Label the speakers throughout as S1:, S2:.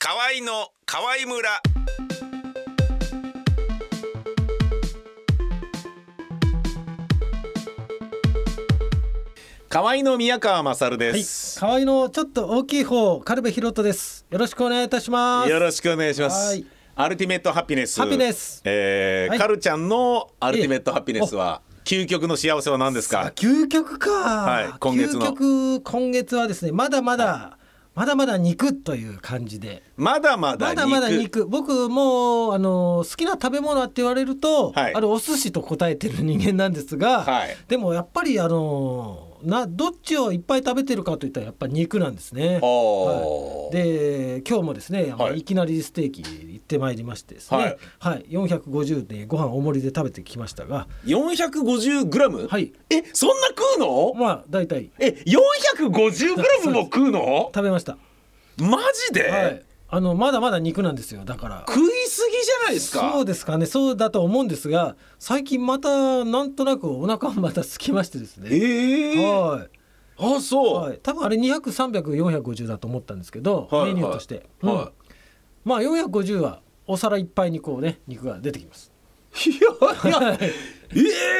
S1: 河合の河合村河合の宮川勝です、
S2: 河合のちょっと大きい方、カルベヒロトです。よろしくお願いいたします。
S1: よろしくお願いします
S2: はい
S1: アルティメットハピネス
S2: ハピネス
S1: えー
S2: はい
S1: カルちゃんのアルティメットハピネスは究極の幸せは何です
S2: あ
S1: か
S2: 究極か。
S1: い今月の
S2: 究極今月はですね、まだまだ、まだまだ肉という感じで。
S1: まだまだ
S2: ま
S1: 肉
S2: だまだ肉僕もうあの好きな食べ物はって言われると、
S1: はい
S2: あれお寿司と答えてる人間なんですが、
S1: はい
S2: でもやっぱりあのなどっちをいっぱい食べてるかといったらやっぱり肉なんですね。
S1: おー
S2: で今日もですね、
S1: はい
S2: い、きなりステーキ行ってまいりましてですね、
S1: は
S2: はいい450でご飯大盛りで食べてきましたが
S1: 450グラム
S2: はい
S1: えそんな食うの
S2: まあ大体
S1: え450グラムも食うの
S2: 食べました、
S1: マジで、
S2: はい、あのまだまだ肉なんですよだから
S1: 食いすぎじゃないですか
S2: そうですかねそうだと思うんですが最近またなんとなくお腹また空きましてですね、
S1: ええ
S2: はい
S1: あそう、
S2: はい、多分あれ200300-450だと思ったんですけど、
S1: はい
S2: メニューとして、
S1: はい
S2: うんまあ450はお皿いっぱいにこうね肉が出てきます
S1: いやいやえ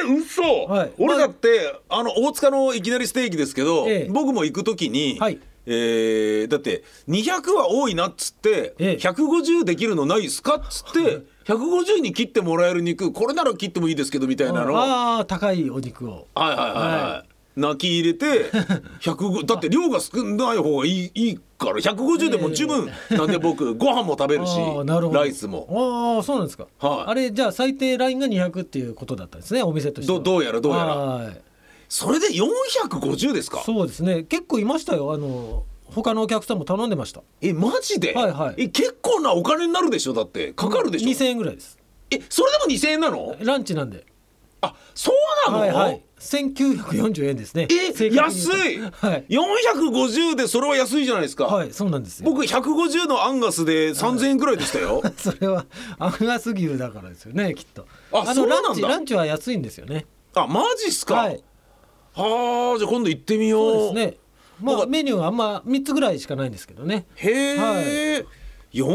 S1: え嘘、
S2: はい
S1: 俺だってあの大塚のいきなりステーキですけど、
S2: ええ
S1: 僕も行く時に、
S2: はい
S1: えーだって200は多いなっつって、
S2: ええ
S1: 150できるのないっすかっつって150に切ってもらえる肉これなら切ってもいいですけどみたいなのをはい
S2: ああ高いお肉を
S1: はいはいはい、
S2: は
S1: 泣き入れ て150だって量が少ない方がいいいいから150でも十分なんで僕ご飯も食べるし
S2: あーなるほど
S1: ライスも
S2: ああそうなんですか、
S1: はい
S2: あれじゃあ最低ラインが200っていうことだったんですねお店としては
S1: どどうやらどうやら
S2: はい
S1: それで450ですか
S2: そうですね結構いましたよあの他のお客さんも頼んでました
S1: えマジで、
S2: はいはい
S1: え結構なお金になるでしょだってかかるでしょ、
S2: 2000円ぐらいです
S1: えそれでも2000円なの
S2: ランチなんで
S1: あそうなの、
S2: はいはい1940円ですね
S1: え
S2: 正確に
S1: 安い、
S2: 言うとはい、
S1: 450でそれは安いじゃないですか、
S2: はい、そうなんですよ
S1: 僕150のアンガスで3000円くらいでした よ、
S2: それはアンガス牛だからですよねきっと
S1: あそうなんだ
S2: ランチランチは安いんですよね
S1: あマジっすか、
S2: はい
S1: はあじゃあ今度行ってみよう
S2: そうですねま
S1: 僕
S2: あメニューはあんま3つぐらいしかないんですけどね
S1: へえ、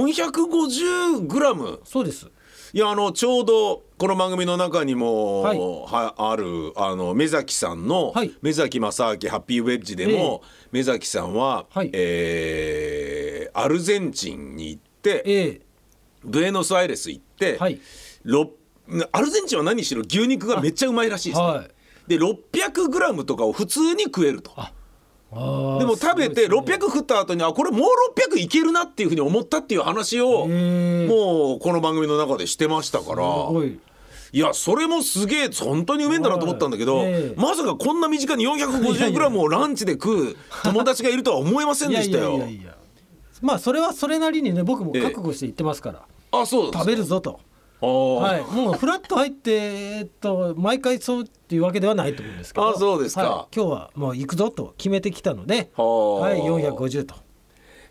S1: 450グラム
S2: そうです
S1: いやあのちょうどこの番組の中にも、は
S2: はい
S1: あるあの目崎さんの、
S2: はい
S1: 目崎正明ハッピーウェッジでも、目崎さんは、
S2: はい
S1: えーアルゼンチンに行って、
S2: え
S1: ブエノスアイレス行って、
S2: はい
S1: ろアルゼンチンは何しろ牛肉がめっちゃうまいらしい
S2: え
S1: ですね。
S2: はい
S1: で600グラムとかを普通に食えると。
S2: あー
S1: でも食べて
S2: すごいですね
S1: 600振った後にあこれもう600いけるなっていうふうに思ったっていう話を
S2: へー
S1: もうこの番組の中でしてましたから
S2: すごい
S1: いやそれもすげえ本当にうめえんだなと思ったんだけど、
S2: はいええ
S1: まさかこんな身近に 450g をランチで食う友達がいるとは思いませんでしたよ。
S2: いやいやいやいやまあそれはそれなりにね僕も覚悟して言ってますから、
S1: あそうです
S2: 食べるぞと、
S1: あー、
S2: はい、もうフラッと入って、えっと、毎回そうっていうわけではないと思うんですけど
S1: あそうですか
S2: はい今日はもう行くぞと決めてきたので、
S1: はあ
S2: はい、450と、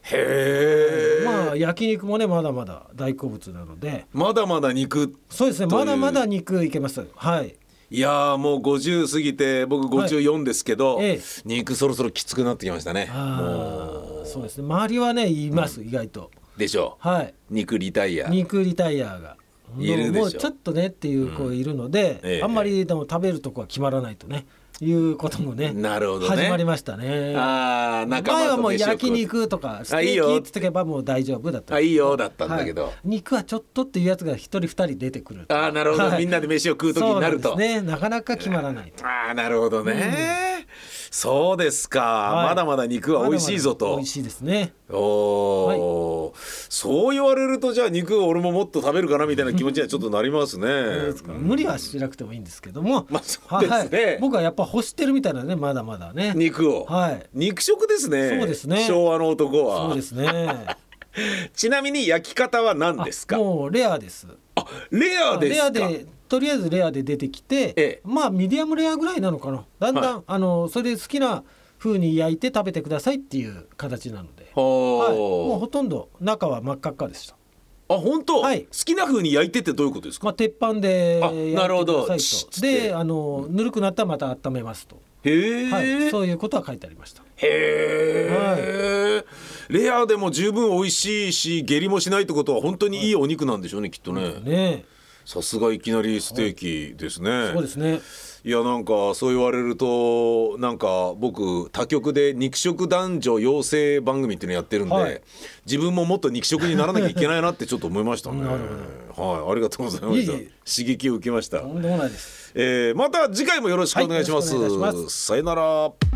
S1: へえ、
S2: まあ焼肉もねまだまだ大好物なので
S1: まだまだ肉
S2: そうですね
S1: という
S2: まだまだ肉いけますはい
S1: いやーもう50過ぎて僕54ですけど、
S2: はいええ
S1: 肉そろそろきつくなってきましたね
S2: あーそうですね周りはねいます、意外と
S1: でしょう、
S2: はい
S1: 肉リタイア
S2: 肉リタイアが
S1: いるでしょ
S2: もうちょっとねっていう子いるので、
S1: ええ
S2: あんまりでも食べるとこは決まらないとねいうこともね
S1: なるほどね
S2: 始まりましたね
S1: ああ仲間と
S2: 前はもう
S1: 飯を食う
S2: 焼肉とかステ
S1: あいい
S2: ーキ
S1: よ
S2: って言っとけばもう大丈夫だった
S1: あいいよだったんだけど、
S2: はい肉はちょっとっていうやつが一人二人出てくる
S1: ああなるほど、
S2: はい
S1: みんなで飯を食う時になると
S2: そうなんですねなかなか決まらないと
S1: ああなるほどね、そうですか、
S2: い
S1: まだまだ肉は美味しいぞと
S2: まだまだ美味しいですね
S1: おーそう言われるとじゃあ肉を俺ももっと食べるかなみ たいな気持ちにはちょっとなりますね
S2: 無理はしなくてもいいんですけども、
S1: まあそうですね
S2: はい、僕はやっぱ欲してるみたいなねまだまだね
S1: 肉を、
S2: はい
S1: 肉食ですね
S2: そうですね
S1: 昭和の男は
S2: そうですね
S1: ちなみに焼き方は何 ですか
S2: もうレアです
S1: あレアです
S2: レ
S1: か
S2: アでとりあえずレアで出てきて、
S1: ええ
S2: まあミディアムレアぐらいなのかなだんだん、あのそれで好きな風に焼いて食べてくださいっていう形なので、はい、もう
S1: ほ
S2: ほとんど中は真っ赤っかでした、
S1: うあ本当、
S2: はい
S1: 好きな風に焼いてってどういうことですか
S2: まあ、鉄板で
S1: あ
S2: 焼いてく
S1: なるほど
S2: ださい
S1: シッつっ
S2: と
S1: て
S2: であのぬるくなったらまた温めますと、
S1: へえ、
S2: はい、そういうことは書いてありました
S1: へえ、レアでも十分美味しいし下痢もしないってことは本当にいいお肉なんでしょうね、きっとね。
S2: ね
S1: さすがいきなりステーキですね。
S2: そうですね
S1: いやなんかそう言われるとなんか僕他局で肉食男女養成番組っていうのやってるんで、
S2: はい
S1: 自分ももっと肉食にならなきゃいけないなってちょっと思いましたね。
S2: なる
S1: はいありがとうございました。
S2: いえいえ
S1: 刺激を受けました。
S2: とんでもないです
S1: えーまた次回もよろしくお願いします。
S2: はいよろしくお願いしま
S1: さよなら。